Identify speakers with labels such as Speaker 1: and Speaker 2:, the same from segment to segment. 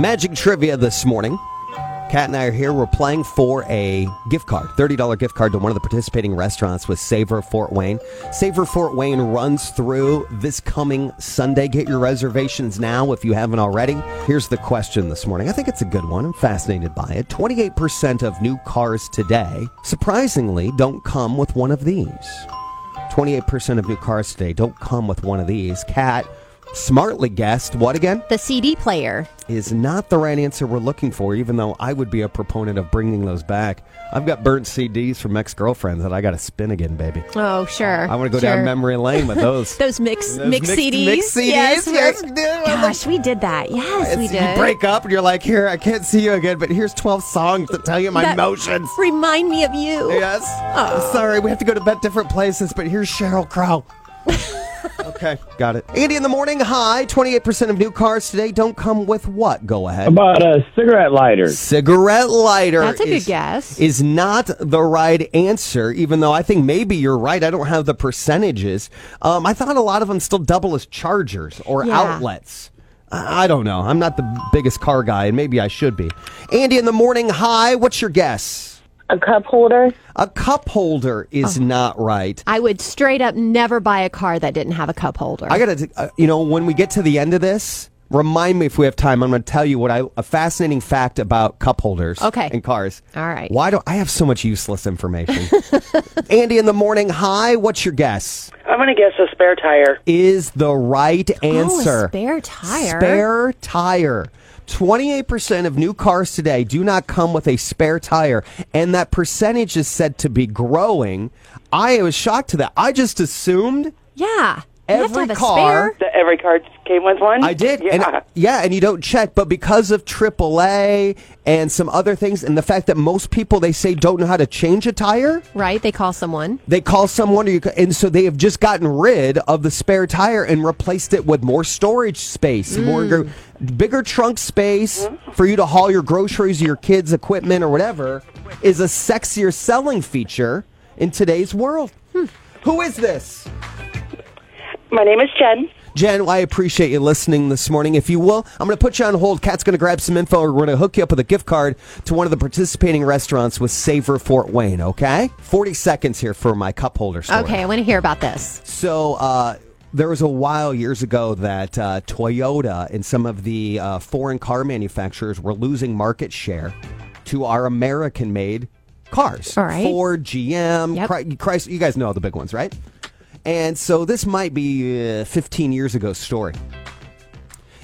Speaker 1: Magic trivia this morning. Kat and I are here. We're playing for a gift card, $30 gift card to one of the participating restaurants with Savor Fort Wayne. Savor Fort Wayne runs through this coming Sunday. Get your reservations now if you haven't already. Here's the question this morning. I think it's a good one. I'm fascinated by it. 28% of new cars today, surprisingly, don't come with one of these. 28% of new cars today don't come with one of these. Kat smartly guessed what again?
Speaker 2: The CD player.
Speaker 1: is not the right answer we're looking for, even though I would be a proponent of bringing those back. I've got burnt CDs from ex girlfriends that I got to spin again, baby.
Speaker 2: Oh, sure.
Speaker 1: I want to go
Speaker 2: sure.
Speaker 1: down memory lane with those.
Speaker 2: Those mix
Speaker 1: Those
Speaker 2: mix
Speaker 1: mixed-
Speaker 2: CDs.
Speaker 1: mixed CDs,
Speaker 2: Yes, we're-
Speaker 1: yes, dude, I love-
Speaker 2: Gosh, we did that. Yes, we
Speaker 1: It's-
Speaker 2: did.
Speaker 1: You break up and you're like, here, I can't see you again, but here's 12 songs that tell you my
Speaker 2: That-
Speaker 1: emotions.
Speaker 2: Remind me of you.
Speaker 1: Yes. Sorry, we have to go to bed different places, but here's Cheryl Crow. okay, got it. Andy in the morning. Hi. 28% of new cars today don't come with what? Go ahead.
Speaker 3: about a cigarette lighter.
Speaker 1: Cigarette lighter.
Speaker 2: That's a good
Speaker 1: is-
Speaker 2: guess.
Speaker 1: Is not the right answer, even though I think maybe you're right. I don't have the percentages. Um, I thought a lot of them still double as chargers or
Speaker 2: Yeah.
Speaker 1: outlets. I I don't know. I'm not the biggest car guy, and maybe I should be. Andy in the morning. Hi. What's your guess?
Speaker 4: A cup holder?
Speaker 1: A cup holder
Speaker 2: Oh.
Speaker 1: is not right.
Speaker 2: I would straight up never buy a car that didn't have a cup holder.
Speaker 1: I gotta, uh, you know, when we get to the end of this, remind me if we have time. I'm gonna tell you what I a fascinating fact about cup holders,
Speaker 2: Okay.
Speaker 1: and cars.
Speaker 2: All right.
Speaker 1: Why do I have so much useless information? Andy in the morning. Hi, what's your guess?
Speaker 5: I'm going to guess a spare tire.
Speaker 1: Is the right
Speaker 2: Oh,
Speaker 1: answer
Speaker 2: a spare tire.
Speaker 1: Spare tire. 28% of new cars today do not come with a spare tire, and that percentage is said to be growing. I was shocked to that. I just assumed
Speaker 2: Yeah. you have to
Speaker 1: every
Speaker 2: have a
Speaker 1: car
Speaker 2: spare.
Speaker 5: That every card came with one?
Speaker 1: I did.
Speaker 5: Yeah.
Speaker 1: And, yeah, and you don't check, but because of AAA and some other things, and the fact that most people they say don't know how to change a tire,
Speaker 2: Right? They call someone.
Speaker 1: they call someone, or you, and so they have just gotten rid of the spare tire and replaced it with more storage space, more gro- bigger trunk space for you to haul your groceries, your kids' equipment, or whatever, is a sexier selling feature in today's world. Who is this?
Speaker 4: My name is Jen.
Speaker 1: Jen, I appreciate you listening this morning. If you will, I'm going to put you on hold. Kat's going to grab some info. We're going to hook you up with a gift card to one of the participating restaurants with Savor Fort Wayne, okay? 40 seconds here for my cup holder story.
Speaker 2: Okay, I want to hear about this.
Speaker 1: So uh, there was a while years ago that uh, Toyota and some of the uh, foreign car manufacturers were losing market share to our American made cars.
Speaker 2: All right.
Speaker 1: Ford, GM,
Speaker 2: Yep.
Speaker 1: Chry- Chrysler. You guys know all the big ones, right? And so this might be uh, 15 years ago story.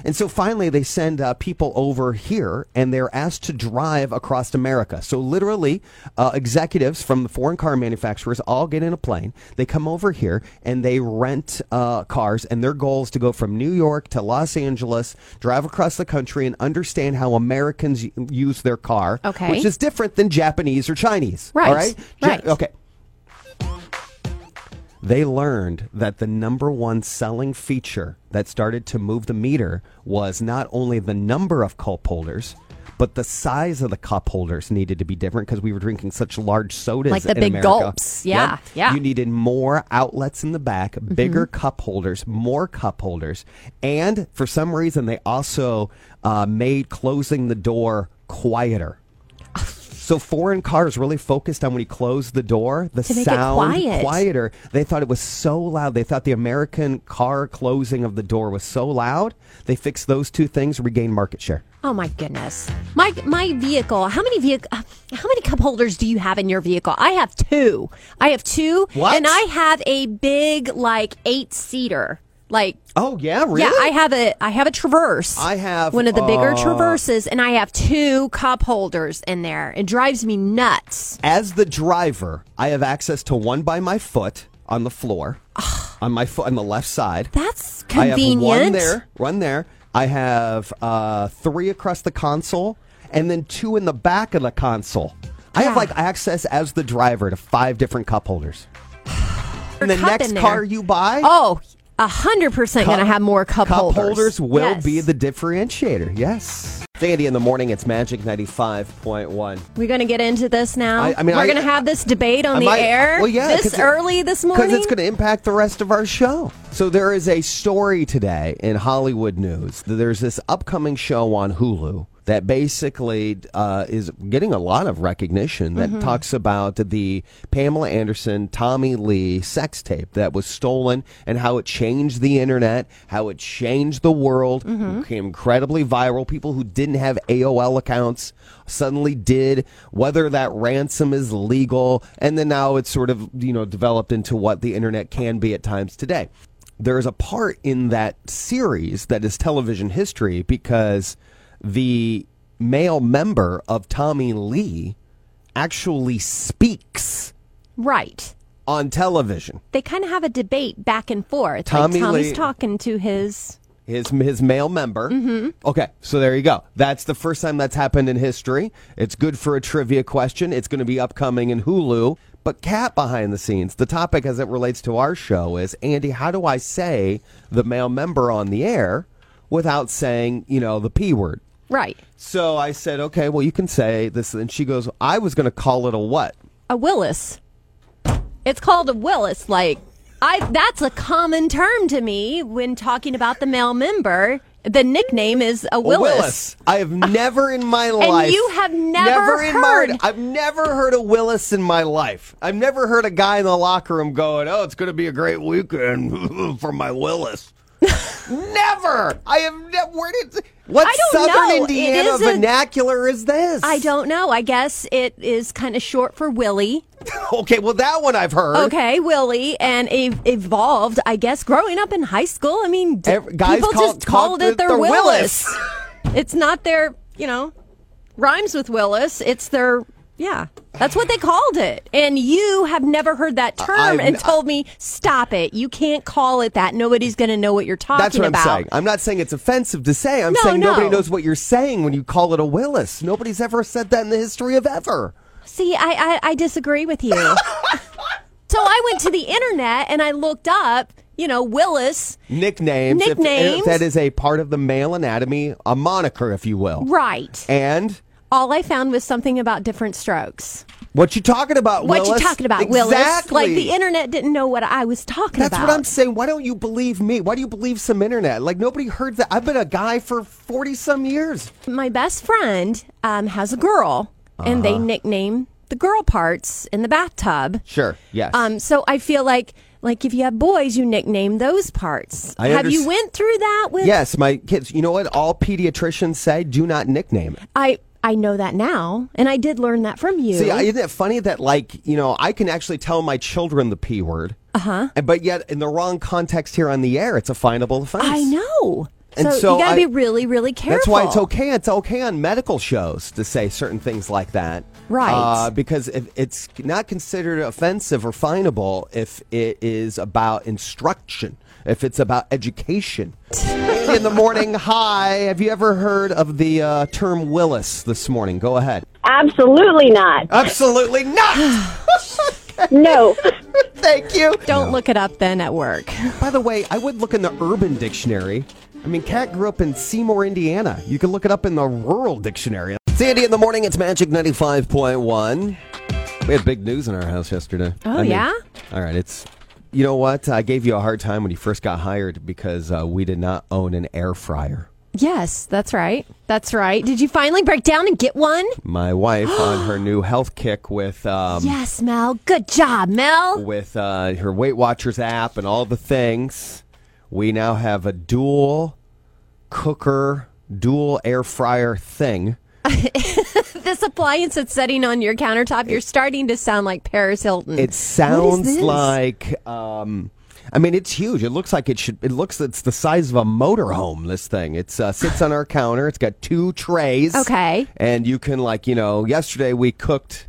Speaker 1: And so finally, they send uh, people over here and they're asked to drive across America. So, literally, uh, executives from the foreign car manufacturers all get in a plane. They come over here and they rent uh, cars, and their goal is to go from New York to Los Angeles, drive across the country, and understand how Americans y- use their car,
Speaker 2: Okay.
Speaker 1: which is different than Japanese or Chinese.
Speaker 2: Right,
Speaker 1: All right. Ja-
Speaker 2: right.
Speaker 1: Okay. They learned that the number one selling feature that started to move the meter was not only the number of cup holders, but the size of the cup holders needed to be different because we were drinking such large sodas.
Speaker 2: Like the
Speaker 1: in
Speaker 2: big
Speaker 1: America.
Speaker 2: gulps. Yeah,
Speaker 1: Yep.
Speaker 2: yeah. Mm-hmm.
Speaker 1: You needed more outlets in the back, bigger cup holders, more cup holders. And for some reason, they also uh, made closing the door quieter. So foreign cars really focused on when he closed the door, the
Speaker 2: To make it
Speaker 1: sound
Speaker 2: quiet.
Speaker 1: quieter. They thought it was so loud. They thought the American car closing of the door was so loud. They fixed those two things, regained market share.
Speaker 2: Oh my goodness. My my vehicle. How many vehicle how many cup holders do you have in your vehicle? I have two. I have two
Speaker 1: What?
Speaker 2: and I have a big like 8 seater. Like
Speaker 1: Oh yeah, really?
Speaker 2: Yeah, I have a I have a traverse.
Speaker 1: I have,
Speaker 2: one of the bigger
Speaker 1: uh,
Speaker 2: traverses, and I have two cup holders in there. It drives me nuts.
Speaker 1: As the driver, I have access to one by my foot on the floor, on my foot on the left side.
Speaker 2: That's
Speaker 1: I have
Speaker 2: convenient.
Speaker 1: one there, one there. I have uh, three across the console, and then two in the back of the console. I have
Speaker 2: Yeah.
Speaker 1: like access as the driver to five different cup holders. And the
Speaker 2: cup
Speaker 1: next
Speaker 2: in there.
Speaker 1: car you buy,
Speaker 2: Oh, a hundred percent going to have more cup,
Speaker 1: cup holders will
Speaker 2: Yes.
Speaker 1: be the differentiator. Yes. Sandy in the morning, it's Magic 95.1.
Speaker 2: We're going to get into this now.
Speaker 1: I- I mean,
Speaker 2: we're
Speaker 1: I-
Speaker 2: going to have this debate on
Speaker 1: Am
Speaker 2: the
Speaker 1: I-
Speaker 2: air.
Speaker 1: Well, yeah,
Speaker 2: this early this morning.
Speaker 1: because it's going to impact the rest of our show. So there is a story today in Hollywood news. There's this upcoming show on Hulu that basically uh, is getting a lot of recognition
Speaker 2: Mm-hmm.
Speaker 1: that talks about the Pamela Anderson Tommy Lee sex tape that was stolen and how it changed the internet, how it changed the world,
Speaker 2: Mm-hmm.
Speaker 1: became incredibly viral. People who didn't have AOL accounts suddenly did, whether that ransom is legal, and then now it's sort of, you know, developed into what the internet can be at times today. There is a part in that series that is television history because the male member of Tommy Lee actually speaks
Speaker 2: right.
Speaker 1: on television.
Speaker 2: They kind of have a debate back and forth.
Speaker 1: Tommy
Speaker 2: like Tommy's
Speaker 1: Lee-
Speaker 2: talking to his.
Speaker 1: his his male member. Mm-hmm. Okay, so there you go. That's the first time that's happened in history. It's good for a trivia question. It's going to be upcoming in Hulu. But cat behind the scenes, the topic as it relates to our show is Andy. How do I say the male member on the air without saying you know the p word?
Speaker 2: Right.
Speaker 1: So I said, okay, well you can say this. And she goes, I was going to call it a what?
Speaker 2: A Willis. It's called a Willis. Like, I that's a common term to me when talking about the male member. The nickname is a
Speaker 1: Well,
Speaker 2: Willis.
Speaker 1: I have never in my life.
Speaker 2: you have never
Speaker 1: in My,
Speaker 2: heard-
Speaker 1: I've never heard a Willis in my life. I've never heard a guy in the locker room going, "Oh, it's going to be a great weekend for my Willis." never. I have never. Where did what
Speaker 2: I don't
Speaker 1: Southern
Speaker 2: know. It
Speaker 1: Indiana
Speaker 2: is a-
Speaker 1: vernacular is this?
Speaker 2: I don't know. I guess it is kind of short for Willie.
Speaker 1: Okay, well that one I've heard.
Speaker 2: Okay, Willie, and ev- evolved. I guess growing up in high school, I mean, d-
Speaker 1: Ev- guys
Speaker 2: people
Speaker 1: call-
Speaker 2: just
Speaker 1: call
Speaker 2: called
Speaker 1: it
Speaker 2: it their
Speaker 1: the
Speaker 2: Willis. it's not their, you know, rhymes with Willis. It's their, yeah, that's what they called it. And you have never heard that term
Speaker 1: I've-
Speaker 2: and told me, stop it. You can't call it that. Nobody's going to know what you're talking
Speaker 1: That's what
Speaker 2: about.
Speaker 1: I'm saying. I'm not saying it's offensive to say. I'm
Speaker 2: No,
Speaker 1: saying nobody
Speaker 2: no.
Speaker 1: knows what you're saying when you call it a Willis. Nobody's ever said that in the history of ever.
Speaker 2: See, I, I, I disagree with you. so I went to the internet and I looked up, you know, Willis.
Speaker 1: nicknames. if-
Speaker 2: Nicknames.
Speaker 1: if that is a part of the male anatomy, a moniker, if you will.
Speaker 2: Right.
Speaker 1: And
Speaker 2: All I found was something about different strokes.
Speaker 1: what you talking about,
Speaker 2: What
Speaker 1: Willis?
Speaker 2: you talking about,
Speaker 1: exactly.
Speaker 2: Willis? Like the internet didn't know what I was talking
Speaker 1: That's
Speaker 2: about.
Speaker 1: what I'm saying. Why don't you believe me? Why do you believe some internet? Like nobody heard that. I've been a guy for forty some years.
Speaker 2: My best friend um, has a girl, and
Speaker 1: Uh-huh.
Speaker 2: they nickname the girl parts in the bathtub.
Speaker 1: Sure. Yes.
Speaker 2: Um, so I feel like, like if you have boys, you nickname those parts.
Speaker 1: I
Speaker 2: have
Speaker 1: underst-
Speaker 2: you went through that with?
Speaker 1: yes, my kids. You know what? All pediatricians say: do not nickname it.
Speaker 2: I I know that now, and I did learn that from you.
Speaker 1: See, I- isn't it funny that, like, you know, I can actually tell my children the p word, uh huh,
Speaker 2: Uh-huh.
Speaker 1: but yet in the wrong context here on the air, it's a finable offense.
Speaker 2: I know.
Speaker 1: And
Speaker 2: so,
Speaker 1: so
Speaker 2: you gotta
Speaker 1: I-
Speaker 2: be really, really careful.
Speaker 1: That's why it's okay. It's okay on medical shows to say certain things like that,
Speaker 2: Right.
Speaker 1: Uh, because if it's not considered offensive or finable if it is about instruction, if it's about education. In the morning, hi. Have you ever heard of the uh, term Willis this morning? Go ahead.
Speaker 4: Absolutely not.
Speaker 1: Absolutely not.
Speaker 4: No.
Speaker 1: Thank you.
Speaker 2: Don't look it up then at work.
Speaker 1: By the way, I would look in the Urban Dictionary. I mean, Kat grew up in Seymour, Indiana. You can look it up in the Rural Dictionary. Sandy in the morning, it's Magic 95.1. We had big news in our house yesterday.
Speaker 2: Oh, yeah?
Speaker 1: All right, it's. You know what? I gave you a hard time when you first got hired because uh, we did not own an air fryer.
Speaker 2: Yes, that's right. That's right. Did you finally break down and get one?
Speaker 1: My wife on her new health kick with um,
Speaker 2: Yes, Mel. Good job, Mel.
Speaker 1: with uh, her Weight Watchers app and all the things. We now have a dual cooker, dual air fryer thing.
Speaker 2: This appliance that's setting on your countertop, you're starting to sound like Paris Hilton.
Speaker 1: It sounds
Speaker 2: this?
Speaker 1: like. Um, I mean, it's huge. It looks like it should. It looks it's the size of a motorhome. This thing. It's uh, sits on our counter. It's got two trays.
Speaker 2: Okay.
Speaker 1: And you can like you know. Yesterday we cooked.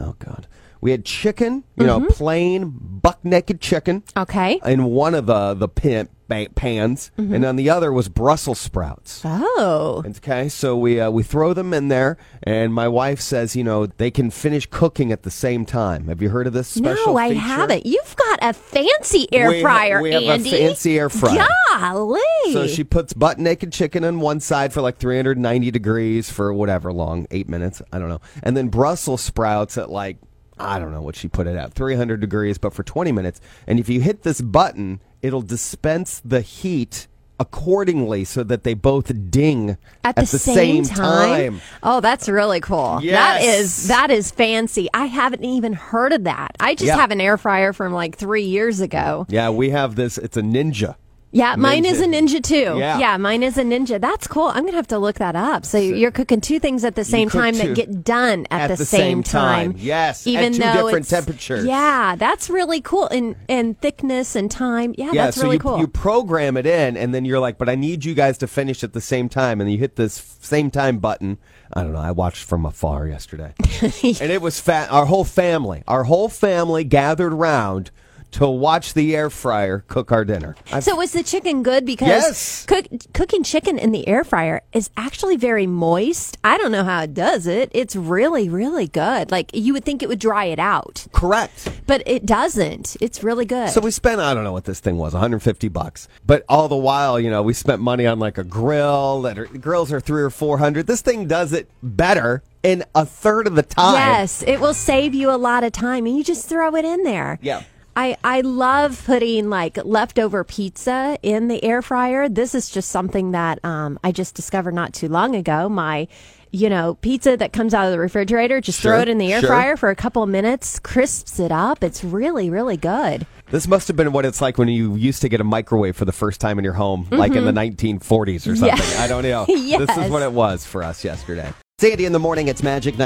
Speaker 1: Oh God. We had
Speaker 2: Mm-hmm.
Speaker 1: chicken. You know, plain buck naked chicken.
Speaker 2: okay.
Speaker 1: in one of the the pin, ba- pans,
Speaker 2: Mm-hmm.
Speaker 1: and on the other was Brussels sprouts.
Speaker 2: Oh.
Speaker 1: Okay, so we uh, we throw them in there, and my wife says, you know, they can finish cooking at the same time. Have you heard of this special?
Speaker 2: no, I
Speaker 1: feature?
Speaker 2: haven't. You've got a fancy air
Speaker 1: We ha-
Speaker 2: fryer,
Speaker 1: we have a
Speaker 2: Andy.
Speaker 1: fancy air fryer.
Speaker 2: Golly.
Speaker 1: So she puts butt naked chicken on one side for like 390 degrees for whatever long, eight minutes, I don't know. And then Brussels sprouts at like, I don't know what she put it at, 300 degrees, but for 20 minutes. And if you hit this button, it'll dispense the heat accordingly so that they both ding
Speaker 2: at the,
Speaker 1: same, time.
Speaker 2: Oh, that's really cool. That
Speaker 1: Yes.
Speaker 2: is that is fancy. I haven't even heard of that. I just
Speaker 1: Yeah.
Speaker 2: have an air fryer from like three years ago.
Speaker 1: Yeah, we have this. It's a ninja.
Speaker 2: Yeah, mine is a
Speaker 1: Ninja.
Speaker 2: ninja too.
Speaker 1: Yeah.
Speaker 2: mine is a ninja. That's cool. I'm gonna have to look that up. So you're cooking two things at the same
Speaker 1: cook
Speaker 2: time
Speaker 1: two
Speaker 2: that get done at,
Speaker 1: at the same time. Yes, at
Speaker 2: even
Speaker 1: two
Speaker 2: though
Speaker 1: different
Speaker 2: it's-
Speaker 1: temperatures.
Speaker 2: Yeah, that's really cool. And and thickness and time. Yeah,
Speaker 1: Yeah,
Speaker 2: that's
Speaker 1: so
Speaker 2: really
Speaker 1: you,
Speaker 2: cool.
Speaker 1: you program it in, and then you're like, but I need you guys to finish at the same time. And you hit this same time button. I don't know. I watched from afar yesterday. and it was fat. Our whole family, our whole family gathered round to watch the air fryer cook our dinner. I
Speaker 2: So was the chicken good? Because
Speaker 1: Yes.
Speaker 2: cook, cooking chicken in the air fryer is actually very moist. I don't know how it does it. It's really, really good. Like you would think it would dry it out,
Speaker 1: correct.
Speaker 2: but it doesn't. It's really good.
Speaker 1: So we spent, I don't know what this thing was, 150 bucks. But all the while, you know, we spent money on like a grill that are, grills are three or 400. This thing does it better in a third of the time.
Speaker 2: yes, it will save you a lot of time, and you just throw it in there.
Speaker 1: Yeah.
Speaker 2: I, I love putting like leftover pizza in the air fryer. This is just something that um, I just discovered not too long ago. My, you know, pizza that comes out of the refrigerator, just
Speaker 1: Sure,
Speaker 2: throw it in the air
Speaker 1: sure.
Speaker 2: fryer for a couple of minutes, crisps it up. It's really, really good.
Speaker 1: This must have been what it's like when you used to get a microwave for the first time in your home, like in the 1940s or something. I don't know. This is
Speaker 2: Yes.
Speaker 1: what it was for us yesterday. Sandy in the morning, it's Magic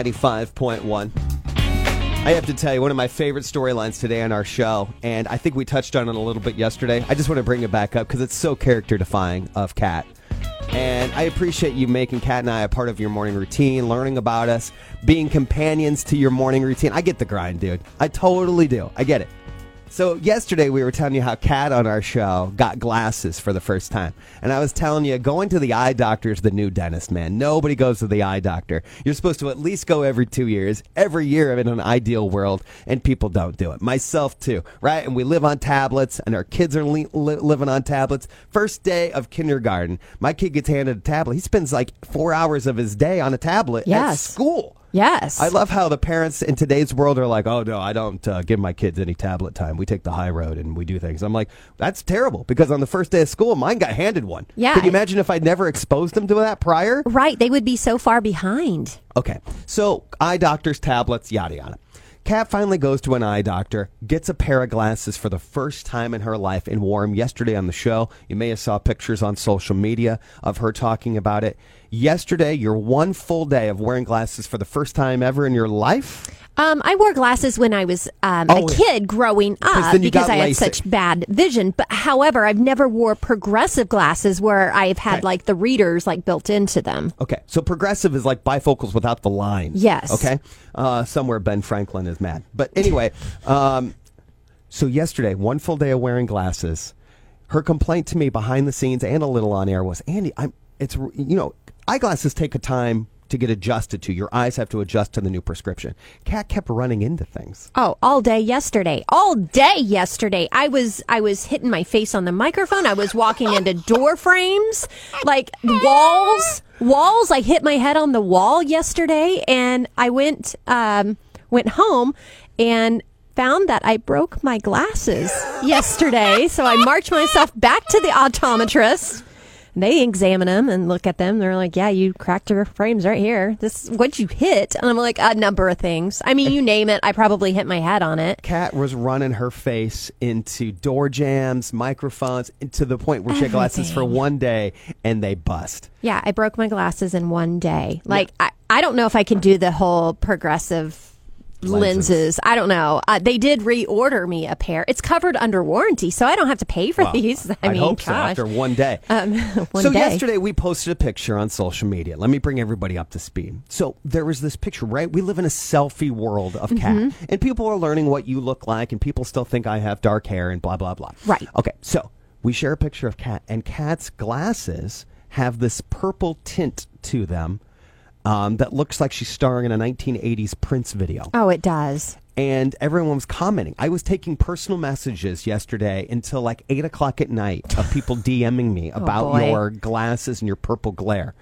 Speaker 1: 95.1. I have to tell you, one of my favorite storylines today on our show, and I think we touched on it a little bit yesterday. I just want to bring it back up because it's so character defying of Kat. And I appreciate you making Kat and I a part of your morning routine, learning about us, being companions to your morning routine. I get the grind, dude. I totally do. I get it. So yesterday we were telling you how Kat on our show got glasses for the first time. And I was telling you, going to the eye doctor is the new dentist, man. Nobody goes to the eye doctor. You're supposed to at least go every two years, every year in an ideal world, and people don't do it. Myself too, right? And we live on tablets, and our kids are li- li- living on tablets. First day of kindergarten, my kid gets handed a tablet. He spends like four hours of his day on a tablet
Speaker 2: Yes.
Speaker 1: at school.
Speaker 2: Yes.
Speaker 1: I love how the parents in today's world are like, oh no, I don't uh, give my kids any tablet time. We take the high road and we do things. I'm like, that's terrible because on the first day of school, mine got handed one.
Speaker 2: Yeah,
Speaker 1: Can you
Speaker 2: I-
Speaker 1: imagine if I'd never exposed them to that prior?
Speaker 2: right. They would be so far behind.
Speaker 1: Okay, so eye doctors, tablets, yada yada. Kat finally goes to an eye doctor, gets a pair of glasses for the first time in her life, and wore them yesterday on the show. You may have saw pictures on social media of her talking about it. Yesterday, your one full day of wearing glasses for the first time ever in your life.
Speaker 2: Um, I wore glasses when I was um,
Speaker 1: Oh,
Speaker 2: a
Speaker 1: yeah.
Speaker 2: kid growing up
Speaker 1: then you
Speaker 2: because
Speaker 1: got
Speaker 2: I had
Speaker 1: LASIK.
Speaker 2: such bad vision. But however, I've never wore progressive glasses where I've had like the readers like built into them.
Speaker 1: Okay, so progressive is like bifocals without the line.
Speaker 2: Yes.
Speaker 1: Okay. Uh, somewhere Ben Franklin is mad, but anyway, um, so yesterday, one full day of wearing glasses. Her complaint to me behind the scenes and a little on air was, Andy, I'm. It's you know, eyeglasses take a time to get adjusted to. Your eyes have to adjust to the new prescription. Cat kept running into things.
Speaker 2: Oh, all day yesterday. All day yesterday. I was I was hitting my face on the microphone. I was walking into door frames, like walls, walls. I hit my head on the wall yesterday and I went um went home and found that I broke my glasses yesterday. So I marched myself back to the optometrist. And They examine them and look at them. They're like, "Yeah, you cracked your frames right here. This what'd you hit?" And I'm like, "A number of things. I mean, you name it. I probably hit my head on it."
Speaker 1: Kat was running her face into door jams, microphones, and to the point where she had glasses for one day and they bust.
Speaker 2: Yeah, I broke my glasses in one day. Like, I, I don't know if I can do the whole progressive
Speaker 1: Lenses.
Speaker 2: lenses. I don't know. Uh, they did reorder me a pair. It's covered under warranty, so I don't have to pay for these. I
Speaker 1: I'd
Speaker 2: mean,
Speaker 1: hope so
Speaker 2: gosh. Uh,
Speaker 1: after
Speaker 2: Um,
Speaker 1: one day.
Speaker 2: one
Speaker 1: so
Speaker 2: day.
Speaker 1: yesterday we posted a picture on social media. Let me bring everybody up to speed. So there was this picture, right? We live in a selfie world of cat,
Speaker 2: Mm-hmm.
Speaker 1: and people are learning what you look like, and people still think I have dark hair and blah blah blah.
Speaker 2: Right.
Speaker 1: Okay. So. We We share a picture of Kat, and Kat's glasses have this purple tint to them um, that looks like she's starring in a 1980s Prince video
Speaker 2: Oh, it does.
Speaker 1: and everyone was commenting. I was taking personal messages yesterday until like eight o'clock at night of people DMing me about
Speaker 2: Oh, boy.
Speaker 1: your glasses and your purple glare.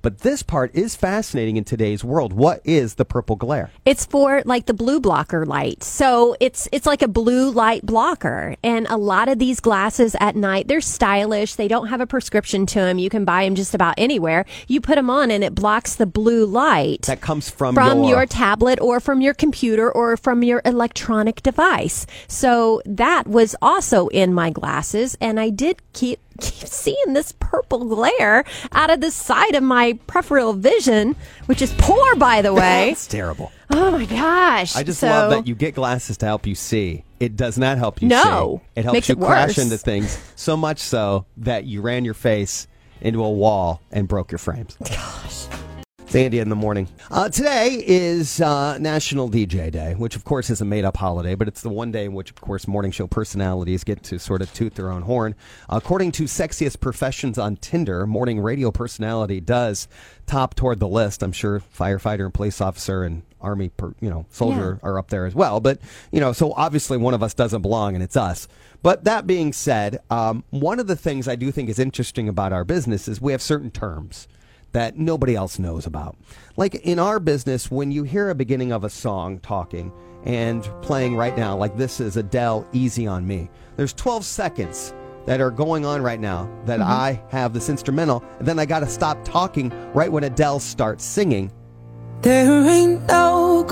Speaker 1: But this part is fascinating in today's world. What is the purple glare?
Speaker 2: It's for like the blue blocker light. So it's it's like a blue light blocker. And a lot of these glasses at night, they're stylish. They don't have a prescription to them. You can buy them just about anywhere. You put them on and it blocks the blue light
Speaker 1: That comes from,
Speaker 2: from
Speaker 1: your,
Speaker 2: your, tablet or from your computer or from your electronic device. So that was also in my glasses, and I did keep keep seeing this purple glare out of the side of my peripheral vision, which is poor, by the way.
Speaker 1: It's terrible.
Speaker 2: oh my gosh!
Speaker 1: I just
Speaker 2: So-
Speaker 1: love that you get glasses to help you see. It does not help you
Speaker 2: No.
Speaker 1: see. It helps
Speaker 2: Makes
Speaker 1: you
Speaker 2: it
Speaker 1: crash
Speaker 2: worse.
Speaker 1: into things so much so that you ran your face into a wall and broke your frames. It's Andy in the morning. Uh, today is uh, National DJ Day, which of course is a made-up holiday, but it's the one day in which, of course, morning show personalities get to sort of toot their own horn. According to Sexiest Professions on Tinder, morning radio personality does top toward the list. I'm sure firefighter and police officer and army, per, you know, soldier are up there as well. But you know, so obviously one of us doesn't belong, and it's us. But that being said, um, one of the things I do think is interesting about our business is we have certain terms that nobody else knows about. Like in our business, when you hear a beginning of a song talking and playing right now, like this is Adele Easy on Me, there's 12 seconds that are going on right now that I have this instrumental, and then I gotta stop talking right when Adele starts singing.
Speaker 3: There ain't no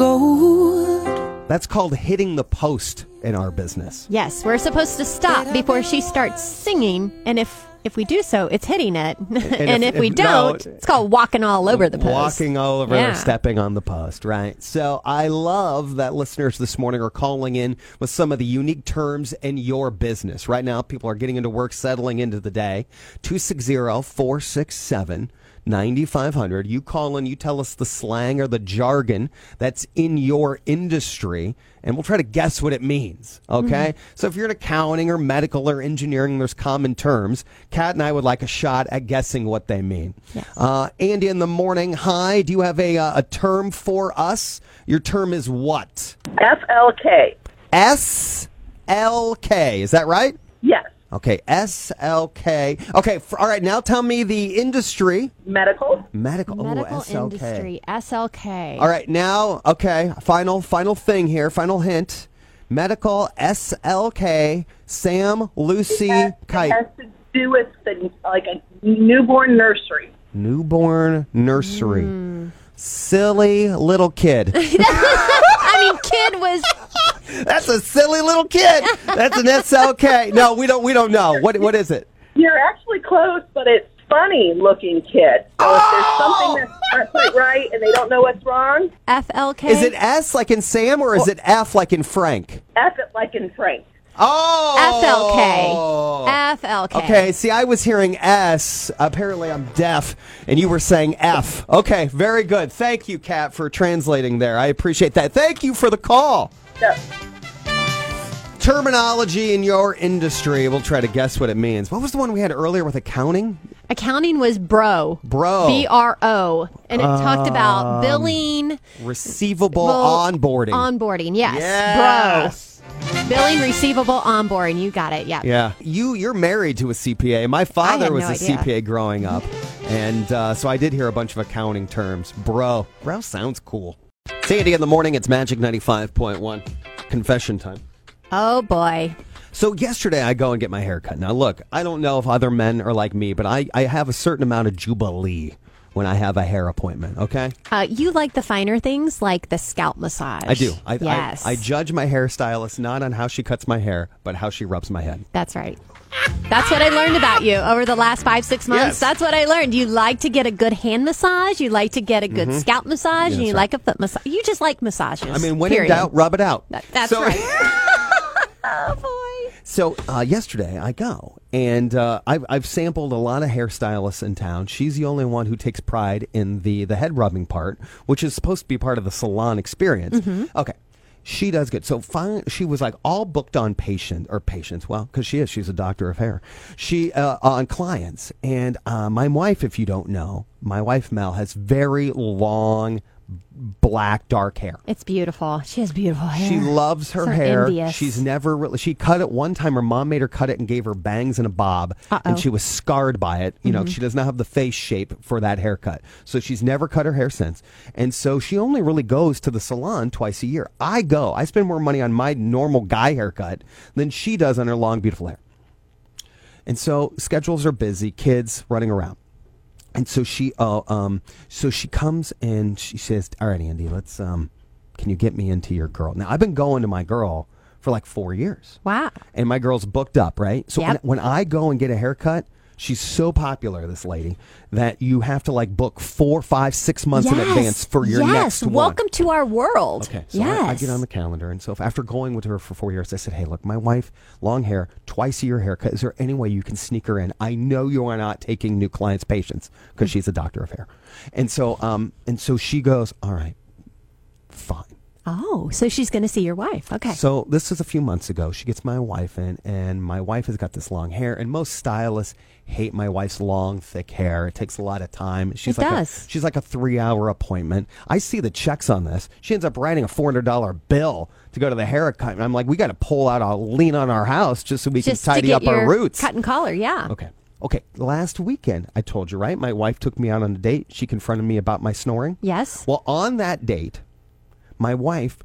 Speaker 3: gold.
Speaker 1: That's called hitting the post in our business.
Speaker 2: yes, we're supposed to stop before she starts singing, and if. If we do so, it's hitting it. And,
Speaker 1: if-
Speaker 2: if, we
Speaker 1: if no-
Speaker 2: don't, it's called walking all over the post.
Speaker 1: Walking all over,
Speaker 2: Yeah.
Speaker 1: stepping on the post, right? So I love that listeners this morning are calling in with some of the unique terms in your business. Right now, people are getting into work, settling into the day. 260 467 9500. You call in, you tell us the slang or the jargon that's in your industry, and we'll try to guess what it means. Okay?
Speaker 2: Mm-hmm.
Speaker 1: So if you're in accounting or medical or engineering, there's common terms. Kat and I would like a shot at guessing what they mean. Uh, Andy in the morning. Hi. Do you have a uh, a term for us? Your term is what?
Speaker 5: FLK.
Speaker 1: S L K. Is that right?
Speaker 5: Yes.
Speaker 1: Okay. S L K. Okay. f all right. Now tell me the industry.
Speaker 5: Medical.
Speaker 1: Medical. ooh,
Speaker 2: Medical
Speaker 1: SLK.
Speaker 2: industry, SLK.
Speaker 1: All right. Now. Okay. Final. Final thing here. Final hint. Medical S L K. Sam Lucy Kite.
Speaker 5: Has to do with the, like a newborn nursery.
Speaker 1: Newborn nursery. Silly little kid.
Speaker 2: I mean, kid was
Speaker 1: That's a silly little kid. That's an SLK. No, we don't. We don't know. What? What is it?
Speaker 5: You're actually close, but it's funny looking kid. So if there's something that's not quite right and they don't know what's wrong,
Speaker 2: FLK.
Speaker 1: Is it S like in Sam or is it F like in Frank?
Speaker 5: F it like in Frank.
Speaker 1: Oh,
Speaker 2: FLK? FLK.
Speaker 1: Okay. See, I was hearing S. Apparently, I'm deaf, and you were saying F. Okay. Very good. Thank you, Kat, for translating there. I appreciate that. Thank you for the call.
Speaker 5: So,
Speaker 1: Terminology in your industry. We'll try to guess what it means. What was the one we had earlier with accounting?
Speaker 2: Accounting was bro.
Speaker 1: Bro.
Speaker 2: B R O. And it talked about billing.
Speaker 1: Receivable
Speaker 2: well,
Speaker 1: onboarding.
Speaker 2: Onboarding, yes. Bro. Billing, receivable, onboarding. You got it. Yeah.
Speaker 1: Yeah. You you're married to a CPA. My father
Speaker 2: had
Speaker 1: was
Speaker 2: no
Speaker 1: a
Speaker 2: idea.
Speaker 1: CPA growing up. And uh, so I did hear a bunch of accounting terms. Bro. Bro sounds cool. Sandy in the morning, it's Magic 95.1. Confession time.
Speaker 2: Oh, boy.
Speaker 1: So yesterday I go and get my hair cut. Now look, I don't know if other men are like me, but I, I have a certain amount of jubilee when I have a hair appointment, okay?
Speaker 2: Uh, you like the finer things like the scalp massage.
Speaker 1: I do. I,
Speaker 2: yes.
Speaker 1: I, I judge my hairstylist not on how she cuts my hair, but how she rubs my head.
Speaker 2: That's right. That's what I learned about you over the last five, six months.
Speaker 1: Yes.
Speaker 2: That's what I learned. You like to get a good hand massage. You like to get a good
Speaker 1: Mm-hmm.
Speaker 2: scalp massage. and you like a foot massage. You just like massages.
Speaker 1: I mean, when
Speaker 2: period.
Speaker 1: in doubt, rub it out.
Speaker 2: That- that's
Speaker 1: So-
Speaker 2: right. oh, boy.
Speaker 1: So uh, yesterday I go and uh, I've, I've sampled a lot of hairstylists in town. She's the only one who takes pride in the the head rubbing part, which is supposed to be part of the salon experience. Okay. She does good. So finally, she was like all booked on patient or patients. Well, because she is, she's a doctor of hair. She uh, on clients, and uh, my wife, if you don't know, my wife Mel has very long, black, dark hair.
Speaker 2: It's beautiful. She has beautiful hair.
Speaker 1: She loves her
Speaker 2: So
Speaker 1: hair.
Speaker 2: envious.
Speaker 1: She's never really. She cut it one time. Her mom made her cut it and gave her bangs and a bob, and she was scarred by it. You
Speaker 2: Mm-hmm.
Speaker 1: know, she does not have the face shape for that haircut, so she's never cut her hair since. And so she only really goes to the salon twice a year. I go. I spend more money on my normal guy haircut than she does on her long, beautiful hair. And so schedules are busy, kids running around. And so she, uh, um, so she comes and she says, "All right, Andy, let's. Um, can you get me into your girl?" Now I've been going to my girl for like four years,
Speaker 2: wow.
Speaker 1: and my girl's booked up, right? So
Speaker 2: Yep.
Speaker 1: when, when I go and get a haircut, she's so popular, this lady, that you have to like book four, five, six months in advance for your
Speaker 2: yes.
Speaker 1: next one.
Speaker 2: Welcome to our world.
Speaker 1: Okay, so I-
Speaker 2: yes.
Speaker 1: I, get on the calendar, and so if after going with her for four years, I said, "Hey, look, my wife, long hair, twice a year haircut. Is there any way you can sneak her in? I know you are not taking new clients' patients because she's a doctor of hair." And so, um, and so she goes, "All right, fine."
Speaker 2: oh, so she's going to see your wife. Okay.
Speaker 1: So this was a few months ago. She gets my wife in, and my wife has got this long hair, and most stylists hate my wife's long, thick hair. It takes a lot of time. She's
Speaker 2: It
Speaker 1: like
Speaker 2: does.
Speaker 1: A, she's like a three-hour appointment. I see the checks on this. She ends up writing a four hundred dollar bill to go to the haircut, and I'm like, we got to pull out a lien on our house just so we
Speaker 2: Just
Speaker 1: can
Speaker 2: to
Speaker 1: tidy
Speaker 2: get
Speaker 1: up our
Speaker 2: your
Speaker 1: roots. Oh.
Speaker 2: Cut and collar. Yeah.
Speaker 1: Okay. Okay. Last weekend, I told you, right? My wife took me out on a date. She confronted me about my snoring.
Speaker 2: Yes.
Speaker 1: Well, on that date, my wife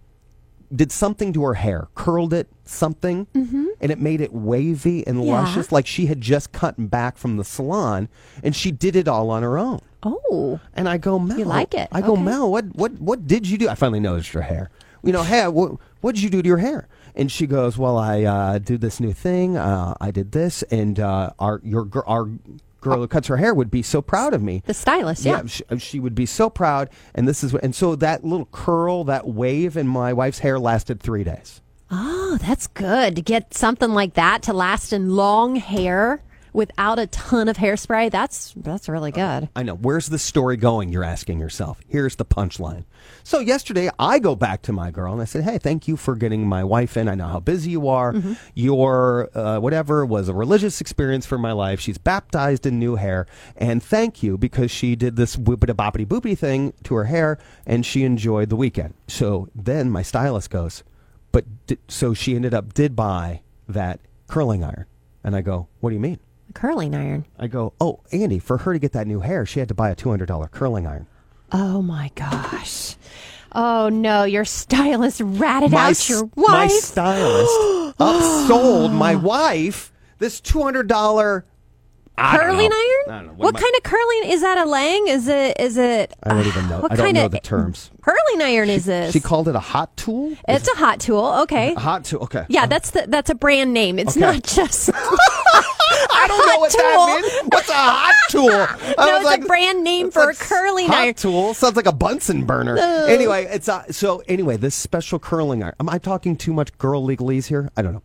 Speaker 1: did something to her hair, curled it, something, and it made it wavy and
Speaker 2: Mm-hmm. Yeah.
Speaker 1: luscious, like she had just cut back from the salon, and she did it all on her own.
Speaker 2: Oh.
Speaker 1: And I go, Mel.
Speaker 2: like it?
Speaker 1: I go,
Speaker 2: Okay.
Speaker 1: Mel. What what what did you do? I finally noticed her hair. You know, hey, what what did you do to your hair? And she goes, Well, I uh, did this new thing. Uh, I did this, and uh, our your gir- our girl who cuts her hair would be so proud of me.
Speaker 2: The stylist. Yeah.
Speaker 1: she, uh, she would be so proud. And this is what- and so that little curl, that wave in my wife's hair lasted three days.
Speaker 2: Oh, that's good to get something like that to last in long hair without a ton of hairspray. That's that's really good.
Speaker 1: I know. Where's the story going? You're asking yourself. Here's the punchline. So yesterday, I go back to my girl and I said, "Hey, thank you for getting my wife in. I know how busy you are. Your uh, whatever was a religious experience for my life. She's baptized in new hair, and thank you because she did this whoopity boppity boopity thing to her hair, and she enjoyed the weekend. So then my stylist goes, but di- so she ended up did buy that curling iron, and I go, "What do you mean?
Speaker 2: Curling iron.
Speaker 1: I go, oh, Andy, for her to get that new hair, she had to buy a $200 curling iron.
Speaker 2: Oh my gosh. Oh no, your stylist ratted out
Speaker 1: s-
Speaker 2: your wife.
Speaker 1: my stylist upsold my wife this $200 I don't
Speaker 2: curling
Speaker 1: know.
Speaker 2: iron?
Speaker 1: I don't know.
Speaker 2: What,
Speaker 1: am I-
Speaker 2: kind of curling is that? A lang? Is it? Is it?
Speaker 1: I don't even know.
Speaker 2: What
Speaker 1: I don't
Speaker 2: kind
Speaker 1: know
Speaker 2: of
Speaker 1: the terms.
Speaker 2: Curling iron is this?
Speaker 1: She called it a hot tool?
Speaker 2: it's a hot tool. Okay.
Speaker 1: A hot tool, okay.
Speaker 2: Yeah, that's the, that's a brand name. It's
Speaker 1: Oh. Okay.
Speaker 2: not just.
Speaker 1: I don't know
Speaker 2: hot
Speaker 1: what that means. What's a hot tool? I
Speaker 2: No,
Speaker 1: was
Speaker 2: it's a brand name
Speaker 1: it's
Speaker 2: for a
Speaker 1: like
Speaker 2: curling
Speaker 1: hot
Speaker 2: iron.
Speaker 1: tool sounds like a Bunsen burner. Anyway, it's a, so anyway, this special curling iron. Am I talking too much girl legalese here? I don't know.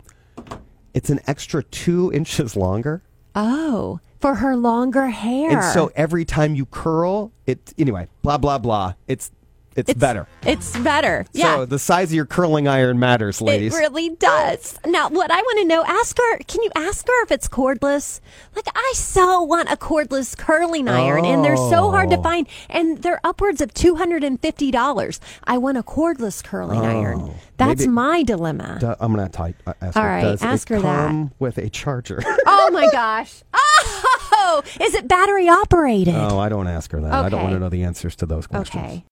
Speaker 1: It's an extra two inches longer,
Speaker 2: Oh, for her longer hair.
Speaker 1: and so every time you curl, it anyway, blah blah blah. It's it's,
Speaker 2: It's-
Speaker 1: better.
Speaker 2: It's better. Yeah.
Speaker 1: So the size of your curling iron matters, ladies.
Speaker 2: It really does. Now, what I want to know, ask her. Can you ask her if it's cordless? Like, I so want a cordless curling iron, and they're so hard
Speaker 1: Oh.
Speaker 2: to find, and they're upwards of two hundred and fifty dollars. I want a cordless curling iron. That's
Speaker 1: Oh, Maybe-
Speaker 2: my dilemma.
Speaker 1: Do- I'm gonna type. uh, Ask
Speaker 2: All
Speaker 1: her,
Speaker 2: right,
Speaker 1: does
Speaker 2: ask
Speaker 1: it
Speaker 2: her that.
Speaker 1: come with a charger?
Speaker 2: Oh my gosh! Oh, is it battery operated?
Speaker 1: Oh, I don't ask her that. I don't
Speaker 2: Okay.
Speaker 1: want to know the answers to those questions.
Speaker 2: okay.